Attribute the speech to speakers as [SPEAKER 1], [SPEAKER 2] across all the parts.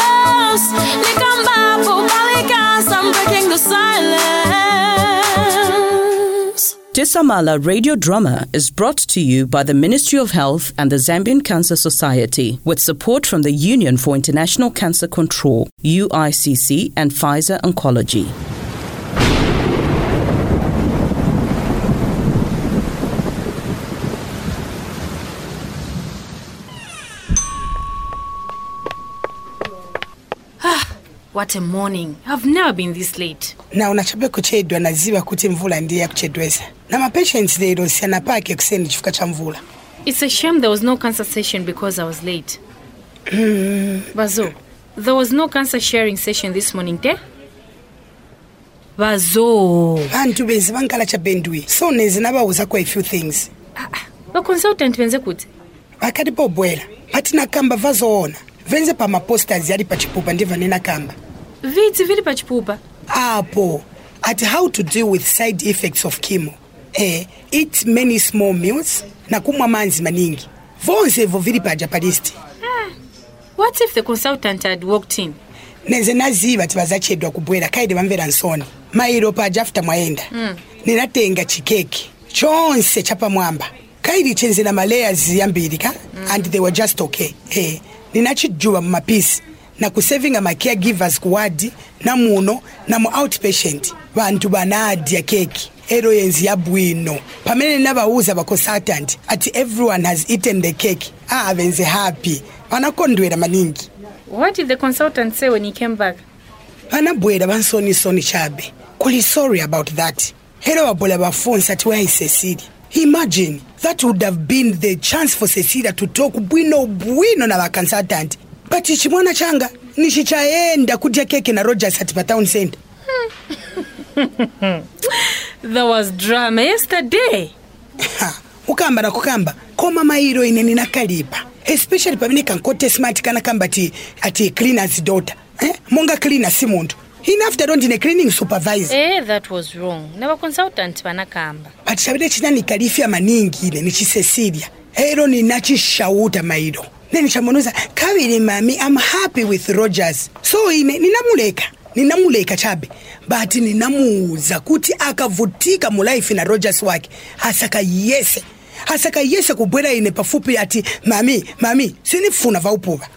[SPEAKER 1] silence. Lick on Bible, polygons, I'm breaking the silence.
[SPEAKER 2] Tisamala Radio Drama is brought to you by the Ministry of Health and the Zambian Cancer Society with support from the Union for International Cancer Control, UICC, and Pfizer Oncology.
[SPEAKER 3] Ah, What a morning. I've never been this late.
[SPEAKER 4] na unachapia kuchedwa naziba kuti mvula ndiye yakuchedwesa na mapatients lero siyana pake kuseni chifukwa cha mvula
[SPEAKER 3] It's a shame there was no cancer session because I was late. Bazo, there was no cancer sharing session this morning, eh? te? Bazo.
[SPEAKER 4] vanthu bezi vankala cha bendwi so nezi nabawuza kwa a few things
[SPEAKER 3] Ah, The consultant venze kuti.
[SPEAKER 4] pakati pobwera patinakamba vazoona venze pa maposters ali pa chipupa ndi vanenakamba
[SPEAKER 3] Viti vili pachipupa.
[SPEAKER 4] apo at how to deal with side effects of chemo eh, eat many small meals na kumwa manzi maningi vonse ivo vili paja pa listi
[SPEAKER 3] What if the consultant had walked in?
[SPEAKER 4] neze naziva ti vazachedwa kubwera khaide vamvera nsoni mairo paja afuta mwaenda mm. ninatenga chikeki chonse chapamwamba khaidi chenzena malayers yambiri ka mm. and they were just okay e ninachijuva mumapisi na kusavinga macare givers ku wadi na muno na mu outpatient vanthu vanadya keki ero yenzi yabwino pamene ndinavawuza va consultant ati everyone has eaten the cake Ah, aavenze happy vanakondwera maningi
[SPEAKER 3] What did the consultant say when he came back?
[SPEAKER 4] vanabwera vansonisoni chabe kuli sorry about that hero wabwera bafoni sati where is cecilia imagine that would have been the chance for cecilia to talk bwino bwino na vaconsultant but chimwana changa nichichayenda kudya keke na rogers ati pa town center
[SPEAKER 3] There was drama yesterday.
[SPEAKER 4] Ha, kukamba na kukamba koma mairo ine ninakalipa especially pamene kankote smart kanakamba ti ati cleaners daughter eh? monga cleaner si munthu ine after all ndine cleaning supervisor
[SPEAKER 3] Eh, that was wrong. Never consultant panakamba.
[SPEAKER 4] pachavire china nikalifya maningi ile ni chisesilia ero ninachishauta mairo nenichamunuza kaviri mami am happy with rogers so ine ninamuleka ninamuleka chabe but ninamuuza kuti akavutika mulaifi na rogers wake asakayese asakayese kubwera ine pafupi ati mami mami sinifuna vaupuva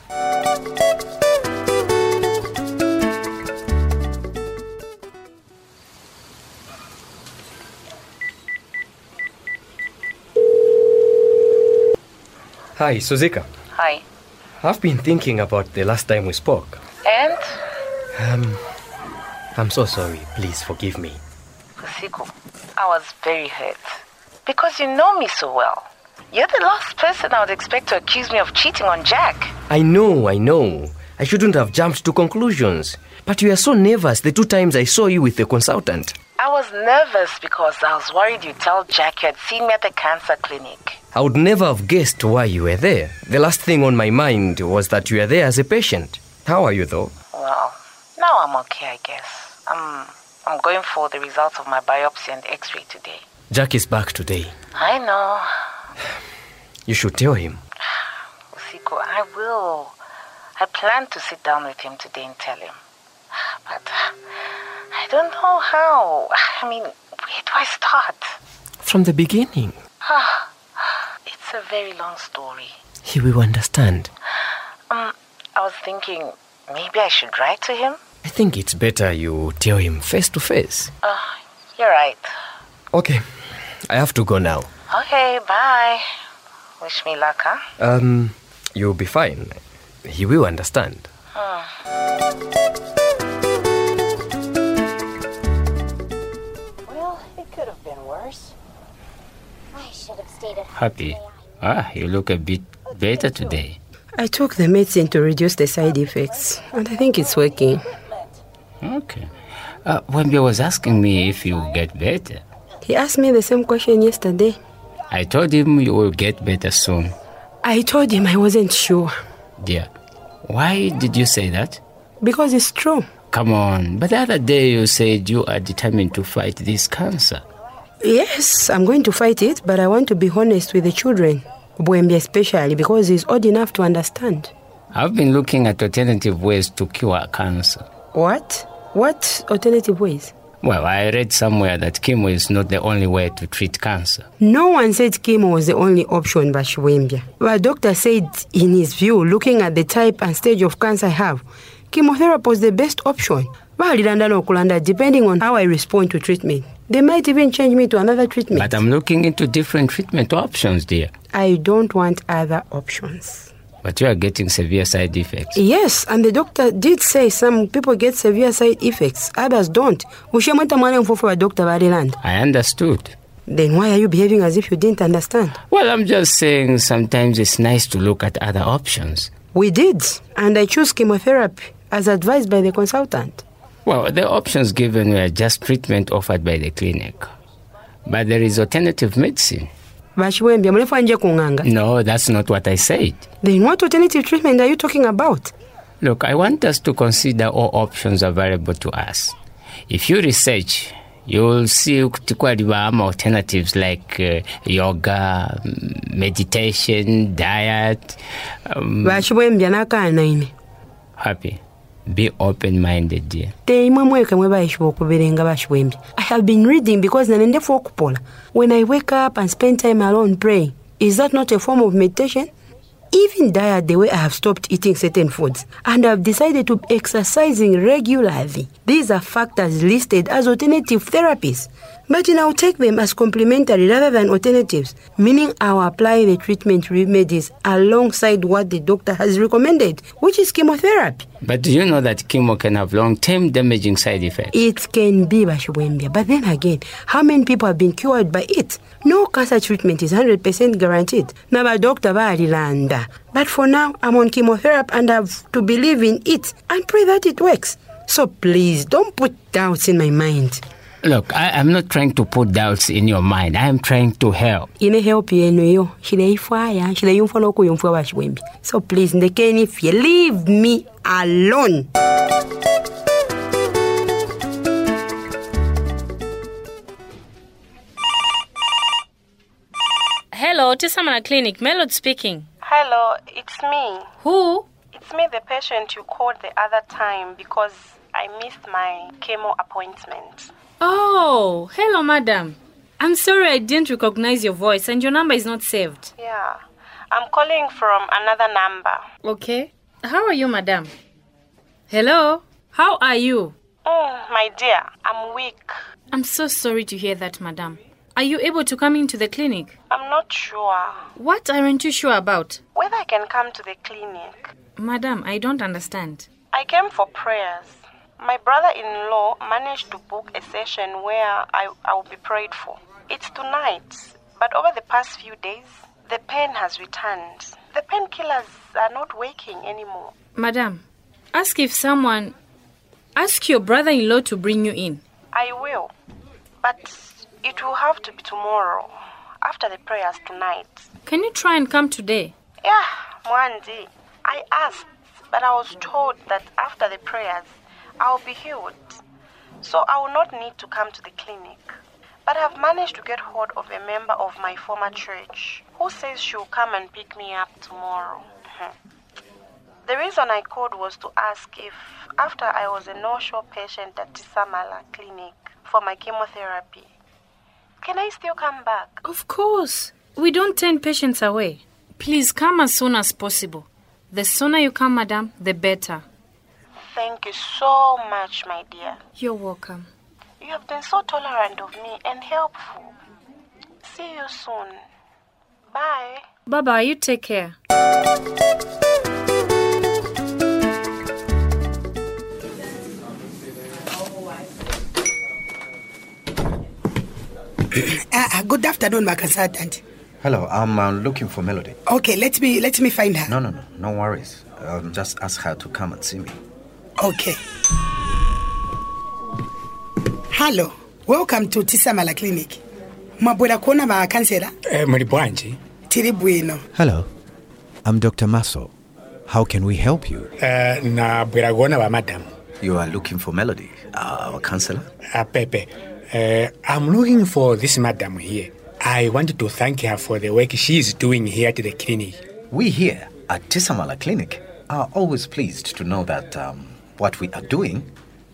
[SPEAKER 5] Hi, Suzika.
[SPEAKER 6] Hi.
[SPEAKER 5] I've been thinking about the last time we spoke. Um,
[SPEAKER 6] And?
[SPEAKER 5] I'm so sorry. Please forgive me.
[SPEAKER 6] Kusiko, I was very hurt. Because you know me so well. You're the last person I would expect to accuse me of cheating on Jack.
[SPEAKER 5] I know, I know. I shouldn't have jumped to conclusions. But you are so nervous the two times I saw you with the consultant.
[SPEAKER 6] I was nervous because I was worried you'd tell Jack you had seen me at the cancer clinic.
[SPEAKER 5] I would never have guessed why you were there. The last thing on my mind was that you were there as a patient. How are you, though?
[SPEAKER 6] Well, now I'm okay, I guess. I'm, I'm going for the results of my biopsy and x ray today.
[SPEAKER 5] Jack is back today.
[SPEAKER 6] I know.
[SPEAKER 5] You should tell him.
[SPEAKER 6] Usiko, I will. I plan to sit down with him today and tell him. But uh, I don't know how. I mean, where do I start? Ah,
[SPEAKER 5] From the beginning,
[SPEAKER 6] It's a very long story.
[SPEAKER 5] he will understand.
[SPEAKER 6] Um, I was thinking maybe I should write to him.
[SPEAKER 5] I think it's better you tell him face to face.
[SPEAKER 6] Uh, you're right.
[SPEAKER 5] Okay, I have to go now.
[SPEAKER 6] Okay, bye. Wish me luck, huh?
[SPEAKER 5] Um, you'll be fine. He will understand.
[SPEAKER 6] Well, it could have been worse.
[SPEAKER 7] I should have stayed at
[SPEAKER 8] Happy. Ah, you look a bit better today.
[SPEAKER 9] I took the medicine to reduce the side effects, and I think it's working.
[SPEAKER 8] Okay. Uh, Wembe was asking me if you get better.
[SPEAKER 9] He asked me the same question yesterday.
[SPEAKER 8] I told him you will get better soon,
[SPEAKER 9] I told him I wasn't sure
[SPEAKER 8] dear. Why did you say that?
[SPEAKER 9] because it's true.
[SPEAKER 8] Come on, but the other day you said you are determined to fight this cancer.
[SPEAKER 9] Yes, I'm going to fight it, but I want to be honest with the children, Bwembe especially, because he's old enough to understand.
[SPEAKER 8] I've been looking at alternative ways to cure cancer.
[SPEAKER 9] What? What alternative ways?
[SPEAKER 8] Well, I read somewhere that chemo is not the only way to treat cancer.
[SPEAKER 9] No one said chemo was the only option by Shwembia. But doctor said, in his view, looking at the type and stage of cancer I have, chemotherapy was the best option. balirandana okulanda depending on how I respond to treatment. They might even change me to another treatment.
[SPEAKER 8] But I'm looking into different treatment options, dear.
[SPEAKER 9] I don't want other options.
[SPEAKER 8] But you are getting severe side effects.
[SPEAKER 9] Yes, and the doctor did say some people get severe side effects, others don't. ushamweta mwana mfofu wa doctor baliranda.
[SPEAKER 8] I understood.
[SPEAKER 9] Then why are you behaving as if you didn't understand?
[SPEAKER 8] Well, I'm just saying sometimes it's nice to look at other options.
[SPEAKER 9] We did, and I chose chemotherapy as advised by the consultant.
[SPEAKER 8] Well, the options given were just treatment offered by the clinic. But there is alternative medicine.
[SPEAKER 9] Bashiwembia mulefu anje kunganga.
[SPEAKER 8] No, that's not what I said.
[SPEAKER 9] Then what alternative treatment are you talking about?
[SPEAKER 8] Look, I want us to consider all options available to us. If you research, you'll see kuti kwali vaama alternatives like uh, yoga, mm, meditation, diet. Um,
[SPEAKER 9] Bashiwembia nakana ine.
[SPEAKER 8] happy. Be open minded, dear.
[SPEAKER 9] teimwe mweka mwe baishiwa okuberenga bashiwembya i have been reading because nali ndefu okupola when i wake up and spend time alone praying is that not a form of meditation even diet the way i have stopped eating certain foods and i've decided to be exercising regularly these are factors listed as alternative therapies but now take them as complementary rather than alternatives meaning i'll apply the treatment remedies alongside what the doctor has recommended which is chemotherapy
[SPEAKER 8] But do you know that chemo can have long term damaging side effects?
[SPEAKER 9] It can be Bashiwembia, but then again, how many people have been cured by it? No cancer treatment is 100% guaranteed. Now, my doctor Barilanda. But for now, I'm on chemotherapy and I have to believe in it and pray that it works. So please, don't put doubts in my mind.
[SPEAKER 8] Look, I, I'm not trying to put doubts in your mind. I am trying to help.
[SPEAKER 9] ine help yenu iyo shileifwaya shileyumfwala okuyumfwa bashiwembi so please ndekeni fye leave me alone
[SPEAKER 3] Hello, Tisamana Clinic. Melod speaking.
[SPEAKER 10] Hello, it's me.
[SPEAKER 3] Who?
[SPEAKER 10] It's me, the patient you called the other time because I missed my chemo appointment.
[SPEAKER 3] Oh, hello, madam. I'm sorry I didn't recognize your voice and your number is not saved.
[SPEAKER 10] Yeah. I'm calling from another number.
[SPEAKER 3] Okay. How are you, madam? Hello? How are you?
[SPEAKER 10] Mm, my dear, I'm weak.
[SPEAKER 3] I'm so sorry to hear that, madam. Are you able to come into the clinic?
[SPEAKER 10] I'm not sure
[SPEAKER 3] What aren't you sure about?
[SPEAKER 10] whether I can come to the clinic.
[SPEAKER 3] Madam, I don't understand.
[SPEAKER 10] I came for prayers. My brother in law managed to book a session where I, I will be prayed for. It's tonight, but over the past few days, the pain has returned. The painkillers are not working anymore.
[SPEAKER 3] Madam, ask if someone. Ask your brother in law to bring you in.
[SPEAKER 10] I will, but it will have to be tomorrow after the prayers tonight.
[SPEAKER 3] Can you try and come today?
[SPEAKER 10] Yeah, Mwandi, I asked, but I was told that after the prayers, I'll be healed. So I will not need to come to the clinic. But I've managed to get hold of a member of my former church who says she'll come and pick me up tomorrow. Hmm. the reason I called was to ask if, after I was a no show patient at Tisamala Clinic for my chemotherapy, can I still come back?
[SPEAKER 3] Of course. We don't turn patients away. Please come as soon as possible. The sooner you come, madam, the better.
[SPEAKER 10] Thank you so much, my dear.
[SPEAKER 3] You're welcome.
[SPEAKER 10] You have been so tolerant of me and helpful. See you soon. Bye.
[SPEAKER 3] Baba, you take care.
[SPEAKER 4] Uh, uh, good afternoon, my consultant.
[SPEAKER 11] Hello, I'm uh, looking for Melody.
[SPEAKER 4] Okay, let me let me find her.
[SPEAKER 11] No, no, no, no worries. Um, just ask her to come and see me.
[SPEAKER 4] Okay. Hello. Welcome to Tisamala Clinic. Mwabwera kuona makansela?
[SPEAKER 12] Eh, muli bwanji
[SPEAKER 4] Tiri bwino.
[SPEAKER 13] Hello, I'm Dr. Maso. How can we help you?
[SPEAKER 12] eh, na bwera kuona ba madam
[SPEAKER 11] You are looking for Melody, our counselor?
[SPEAKER 12] uh, pepe eh, i'm looking for this madam here i want to thank her for the work she is doing here at the clinic
[SPEAKER 11] We here at Tisamala Clinic are always pleased to know that um, what we are doing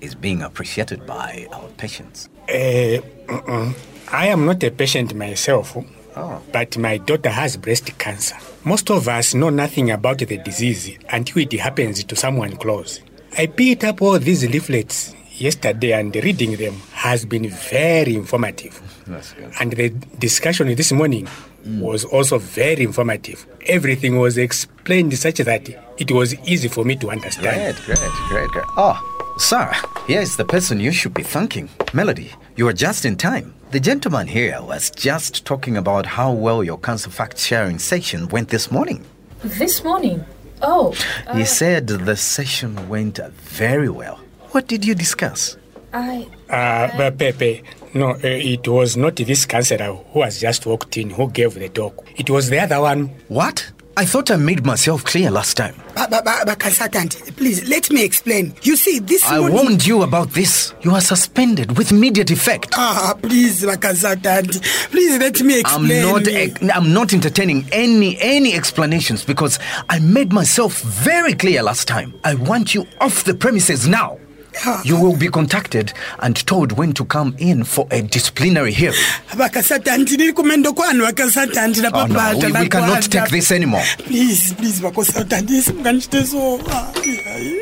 [SPEAKER 11] is being appreciated by our patients.
[SPEAKER 12] Eh, mm-mm. I am not a patient myself, oh,
[SPEAKER 11] Oh.
[SPEAKER 12] but my daughter has breast cancer. Most of us know nothing about the disease until it happens to someone close. I picked up all these leaflets yesterday and reading them has been very informative.
[SPEAKER 11] That's good.
[SPEAKER 12] And the discussion this morning
[SPEAKER 11] Mm.
[SPEAKER 12] was also very informative. Everything was explained such that it was easy for me to understand.
[SPEAKER 11] Great, great, great, great. Oh, sir, here is the person you should be thanking. Melody, you are just in time. The gentleman here was just talking about how well your cancer fact sharing session went this morning.
[SPEAKER 3] This morning? Oh.
[SPEAKER 4] Uh.
[SPEAKER 11] He said the session went very well. What did you discuss?
[SPEAKER 3] I.
[SPEAKER 12] Uh, but Pepe, no, uh, it was not this counselor who has just walked in who gave the talk. It was the other one.
[SPEAKER 11] What? I thought I made myself clear last time.
[SPEAKER 4] Ba- ba- ba- ba- Consultant, please let me explain. You see, this
[SPEAKER 11] I
[SPEAKER 4] morning-
[SPEAKER 11] warned you about this. You are suspended with immediate effect.
[SPEAKER 4] Ah, please, ba- consultant. Please let me
[SPEAKER 11] I'm
[SPEAKER 4] explain.
[SPEAKER 11] not. ex- I'm not entertaining any any explanations because I made myself very clear last time. I want you off the premises now.
[SPEAKER 4] Ah.
[SPEAKER 11] You will be contacted and told when to come in for a disciplinary hearing.
[SPEAKER 4] vakasatanti ndiri kumendo kwanu vakasatanti
[SPEAKER 11] Oh, no, we, we cannot take this anymore.
[SPEAKER 4] please please vakosatanti isi mungandiite so Ah, ai.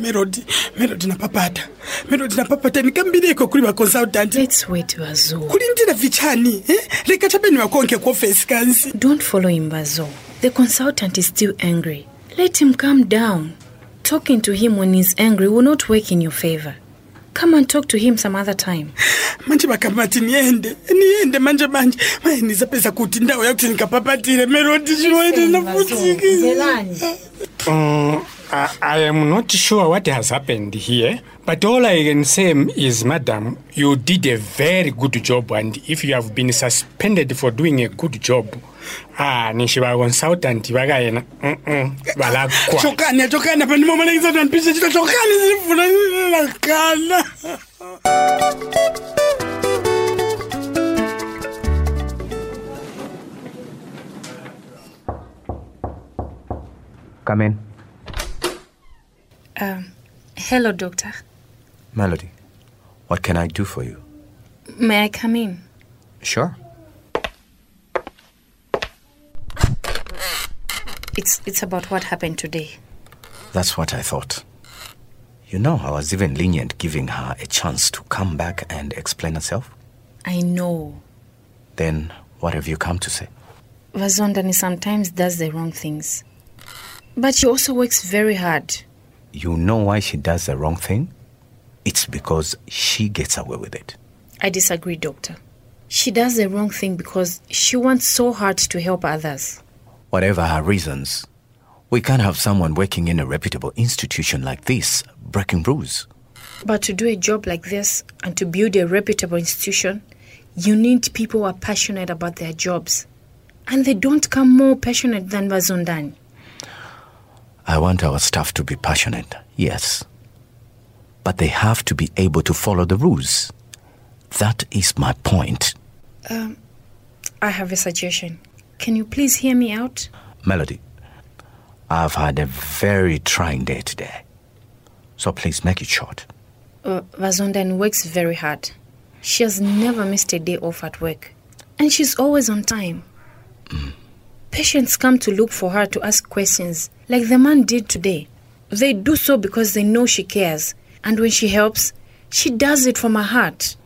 [SPEAKER 4] merodi merodi napapata merodi napapata nikambireko kuri vakonsultanti kulindira vichani eh? rega chabeni vakonke kuofesi kanzi
[SPEAKER 3] Don't follow him, Bazo. The consultant is still angry. Let him calm down. Talking to him when he's angry will not work in your favor. Come and talk to him some other time.
[SPEAKER 4] manje vakambati niende niende manje manje mai nizapedza kuti ndau yakuti ndikapapatire merodi chinoende nafuti
[SPEAKER 12] Mm, I, I am not sure what has happened here, but all I can say is, madam, you did a very good job, and if you have been suspended for doing a good job, ah, nishiva consultant vakaena mm-mm, valakwa
[SPEAKER 4] chokani achokani apa ndimomanakisa kuti andipishe chito chokani zirivhuna rakana
[SPEAKER 5] Come in.
[SPEAKER 3] Um, hello, doctor.
[SPEAKER 11] Melody, what can I do for you?
[SPEAKER 3] May I come in?
[SPEAKER 11] Sure.
[SPEAKER 3] It's it's about what happened today.
[SPEAKER 11] That's what I thought. You know, I was even lenient giving her a chance to come back and explain herself.
[SPEAKER 3] I know.
[SPEAKER 11] Then, what have you come to say?
[SPEAKER 3] Vazondani sometimes does the wrong things. But she also works very hard.
[SPEAKER 11] You know why she does the wrong thing? It's because she gets away with it.
[SPEAKER 3] I disagree, doctor. She does the wrong thing because she wants so hard to help others.
[SPEAKER 11] Whatever her reasons, we can't have someone working in a reputable institution like this breaking rules.
[SPEAKER 3] But to do a job like this and to build a reputable institution, you need people who are passionate about their jobs. And they don't come more passionate than Vazondani.
[SPEAKER 11] I want our staff to be passionate, yes. But they have to be able to follow the rules. That is my point.
[SPEAKER 3] Um, I have a suggestion. Can you please hear me out?
[SPEAKER 11] Melody, I've had a very trying day today. So please make it short.
[SPEAKER 3] Uh, Vazondani works very hard. She has never missed a day off at work. And she's always on time. Patients come to look for her to ask questions, like the man did today. They do so because they know she cares. And when she helps, she does it from her heart.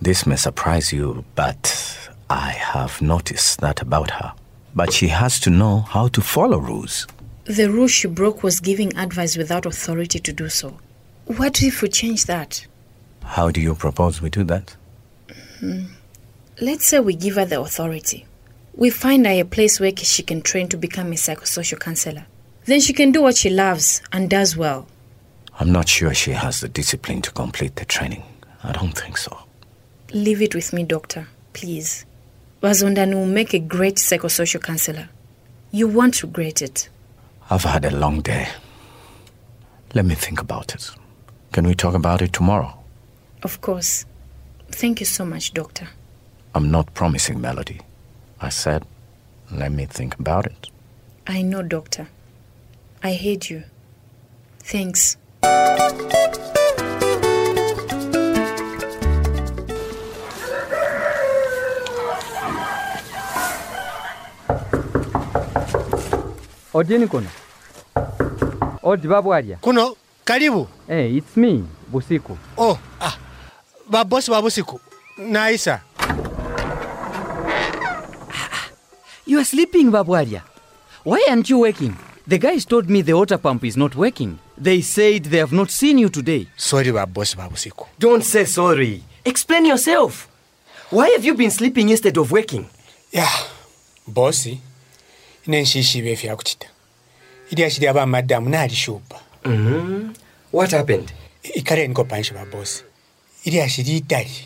[SPEAKER 11] This may surprise you, but I have noticed that about her. But she has to know how to follow rules.
[SPEAKER 3] The rule she broke was giving advice without authority to do so. What if we change that?
[SPEAKER 11] How do you propose we do that?
[SPEAKER 3] Hmm. Let's say we give her the authority. We find her a place where she can train to become a psychosocial counselor. Then she can do what she loves and does well.
[SPEAKER 11] I'm not sure she has the discipline to complete the training. I don't think so.
[SPEAKER 3] Leave it with me, doctor, please. Wazondani will make a great psychosocial counselor. You won't regret it.
[SPEAKER 11] I've had a long day. Let me think about it. Can we talk about it tomorrow?
[SPEAKER 3] Of course. Thank you so much, doctor.
[SPEAKER 11] I'm not promising Melody. I said, let me think about it.
[SPEAKER 3] I know, doctor. I hate you. Thanks.
[SPEAKER 14] Odini kuno. Odi babwarya.
[SPEAKER 15] Kuno, karibu.
[SPEAKER 14] Eh, it's me, Busiku.
[SPEAKER 15] Oh, ah, babosi ba busiku. Naisa.
[SPEAKER 16] You are sleeping, Babwaria. Why aren't you waking? The guys told me the water pump is not working. They said they have not seen you today.
[SPEAKER 15] Sorry, babosi ba busiku.
[SPEAKER 5] Don't say sorry. Explain yourself. Why have you been sleeping instead of waking?
[SPEAKER 12] Yeah, bosi. Ine nshiishiiba efyakuchita. Ilya shili aba madamu naalishupa.
[SPEAKER 5] Mm-hmm. What happened?
[SPEAKER 12] Ikale niko panshi babosi. Ilya shili itali.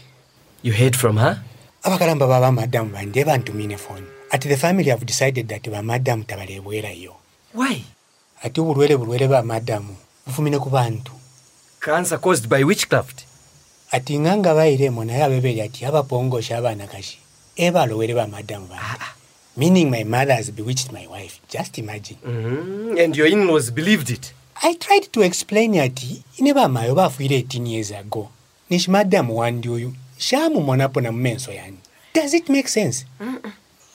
[SPEAKER 5] You heard from her?
[SPEAKER 12] abakalamba baba madamu bande bantumine phone ati the family have decided that bamadamu tabalebwerayo
[SPEAKER 5] Why?
[SPEAKER 12] ati obulwere bulwere bamadamu bufumine ku bantu
[SPEAKER 5] Cancer caused by witchcraft.
[SPEAKER 12] ati nganga bairemo naye abebeli ati abapongosha abaana kashi ebalowere bamadamu
[SPEAKER 5] Ah,
[SPEAKER 12] bande meaning my mother has bewitched my wife just imagine
[SPEAKER 5] Mm-hmm. And your in-laws believed it.
[SPEAKER 12] i tried to explain ati ine bamayo bafuire 18 years ago nishimadamu wandi oyu shamumuonapo na mmenso yani does it make sense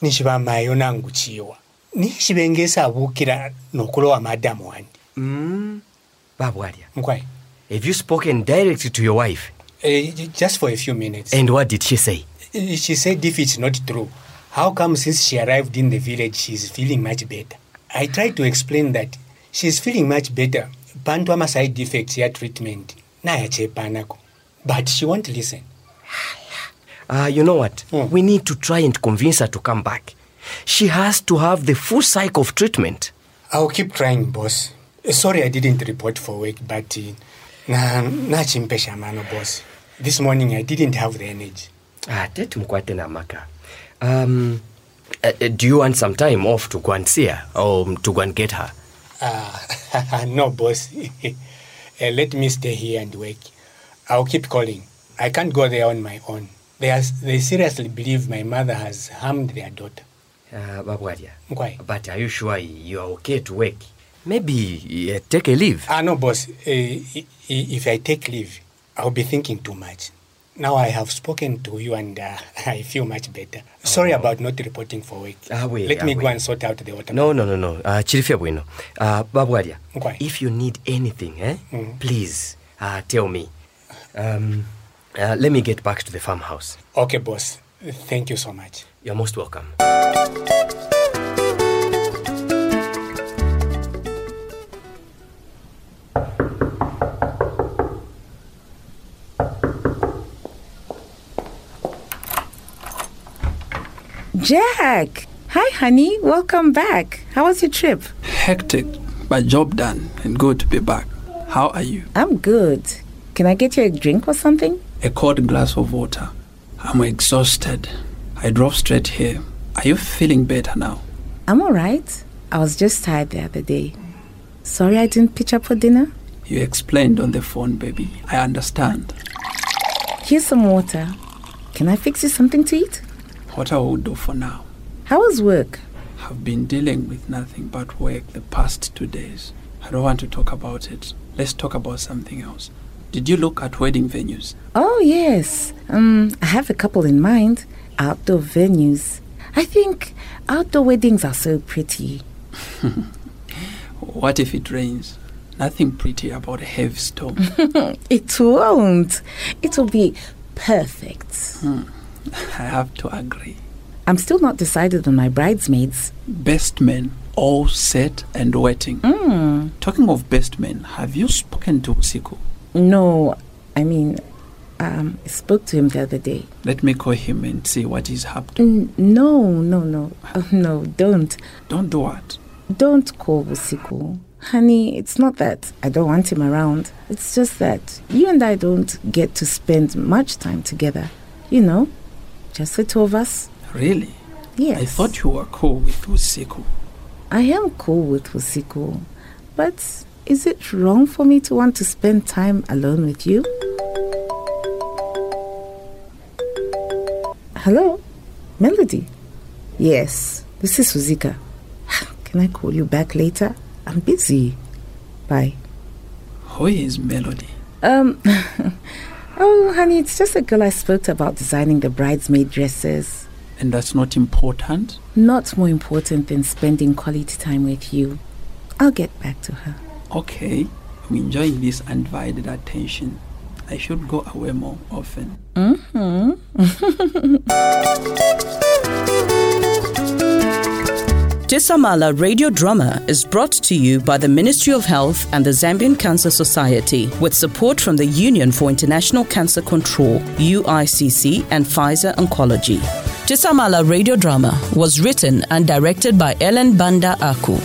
[SPEAKER 12] nishibamayo nanguchiwa nishibengesa abukira nokulowa madamu wandi
[SPEAKER 5] Mm. Babwaria,
[SPEAKER 12] mkwai
[SPEAKER 5] have you spoken directly to your wife?
[SPEAKER 12] Eh, j- just for a few minutes
[SPEAKER 5] And what did she say?
[SPEAKER 12] Eh, she said if it's not true how come since she arrived in the village she's feeling much better i tried to explain that she's feeling much better pantu ama side effects ya treatment nayachepanako but she won't listen
[SPEAKER 5] Uh, you know what? We need to try and convince her to come back. She has to have the full cycle of treatment.
[SPEAKER 12] I'll keep trying, boss. Uh, Sorry I didn't report for work, but uh, na nachimpesha mano, boss. This morning I didn't have the energy.
[SPEAKER 5] Ah, tete mkwate na maka. Um, uh, uh, do you want some time off to go and see her or um, to go and get her?
[SPEAKER 12] Ah, no, boss. uh, let me stay here and work. I'll keep calling. I can't go there on my own. They, are, they seriously believe my mother has harmed their daughter. Ah,
[SPEAKER 5] Uh, Babwaria,
[SPEAKER 12] Mkwai.
[SPEAKER 5] but are you sure you are okay to work? Maybe uh, take a leave.
[SPEAKER 12] Ah, no, boss. Uh, i- i- if I take leave, I'll be thinking too much. Now I have spoken to you and uh, I feel much better. Sorry about not reporting for work.
[SPEAKER 5] Oh. Ah, we-
[SPEAKER 12] Let
[SPEAKER 5] ah,
[SPEAKER 12] me
[SPEAKER 5] we-
[SPEAKER 12] go and sort out the water.
[SPEAKER 5] No, no, no, no. Uh, Chirifia Bueno. Uh, Babwaria,
[SPEAKER 12] Mkwai.
[SPEAKER 5] if you need anything, eh,
[SPEAKER 12] Mhm.
[SPEAKER 5] please uh, tell me. Um, uh, let me get back to the farmhouse.
[SPEAKER 12] Okay, boss. Thank you so much.
[SPEAKER 5] You're most welcome.
[SPEAKER 17] Jack! Hi, honey. Welcome back. How was your trip?
[SPEAKER 18] Hectic, but job done and good to be back. How are you?
[SPEAKER 17] I'm good. Can I get you a drink or something?
[SPEAKER 18] A cold glass of water. I'm exhausted. I drove straight here. Are you feeling better now?
[SPEAKER 17] I'm all right. I was just tired the other day. Sorry I didn't pitch up for dinner.
[SPEAKER 18] You explained on the phone, baby. I understand.
[SPEAKER 17] Here's some water. Can I fix you something to eat?
[SPEAKER 18] What I will do for now.
[SPEAKER 17] How was work?
[SPEAKER 18] I've been dealing with nothing but work the past two days. I don't want to talk about it. Let's talk about something else. Did you look at wedding venues?
[SPEAKER 17] Oh, yes. Um, I have a couple in mind. Outdoor venues. I think outdoor weddings are so pretty.
[SPEAKER 18] What if it rains? Nothing pretty about a heavy storm.
[SPEAKER 17] it won't. It will be perfect.
[SPEAKER 18] Hmm. I have to agree.
[SPEAKER 17] I'm still not decided on my bridesmaids.
[SPEAKER 18] Best men, all set and waiting.
[SPEAKER 17] Mm.
[SPEAKER 18] Talking of best men, have you spoken to Usiku?
[SPEAKER 17] No, I mean, um, I spoke to him the other day.
[SPEAKER 18] Let me call him and see what is happening.
[SPEAKER 17] N- no, no, no, oh, no, don't.
[SPEAKER 18] Don't do what?
[SPEAKER 17] Don't call Wusiko. Honey, it's not that I don't want him around. It's just that you and I don't get to spend much time together. You know, just the two of us.
[SPEAKER 18] Really?
[SPEAKER 17] Yes.
[SPEAKER 18] I thought you were cool with Usiku.
[SPEAKER 17] I am cool with Wusiko, but is it wrong for me to want to spend time alone with you? Hello? Melody? Yes, this is Suzika. Can I call you back later? I'm busy. Bye.
[SPEAKER 18] Who is Melody?
[SPEAKER 17] Um, oh, honey, it's just a girl I spoke to about designing the bridesmaid dresses.
[SPEAKER 18] And that's not important?
[SPEAKER 17] Not more important than spending quality time with you. I'll get back to her.
[SPEAKER 18] Okay, I'm enjoying this undivided attention. I should go away more often.
[SPEAKER 17] hmm
[SPEAKER 2] Tisamala Radio Drama is brought to you by the Ministry of Health and the Zambian Cancer Society with support from the Union for International Cancer Control, UICC, and Pfizer Oncology. Tisamala Radio Drama was written and directed by Ellen Banda Aku,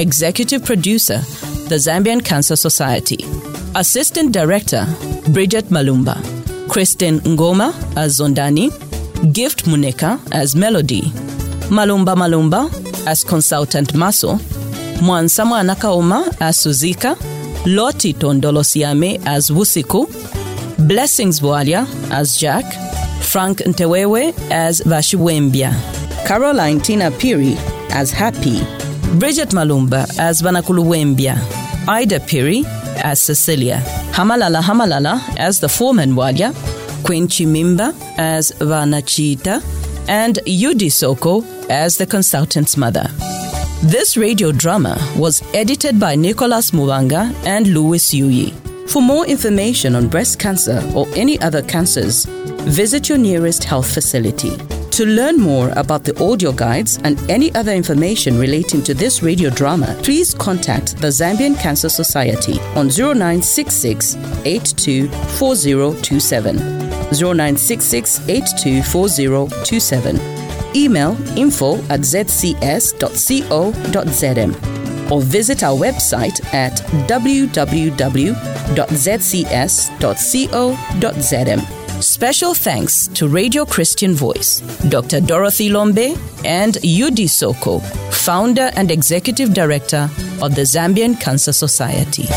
[SPEAKER 2] Executive Producer, the Zambian Cancer Society, Assistant Director, Bridget Malumba, Kristen Ngoma as Zondani, Gift Muneka as Melody. Malumba Malumba as Consultant Maso, Mwansama Nakaoma as Suzika, Loti Tondolo Siame as Wusiku, Blessings Boalia as Jack, Frank Ntewewe as Vashiwembia, Caroline Tina Piri as Happy, Bridget Malumba as Vanakuluwembia, Ida Piri as Cecilia, Hamalala Hamalala as the foreman Walia, Queen Chimimba as Vanachita, and Yudi Soko as the consultant's mother. This radio drama was edited by Nicholas Mwanga and Louis Yui. For more information on breast cancer or any other cancers, visit your nearest health facility. To learn more about the audio guides and any other information relating to this radio drama, please contact the Zambian Cancer Society on 0966 824027. 0966 824027. Email info at zcs.co.zm or visit our website at www.zcs.co.zm. Special thanks to Radio Christian Voice, Dr. Dorothy Lombe, and Yudi Soko, founder and executive director of the Zambian Cancer Society.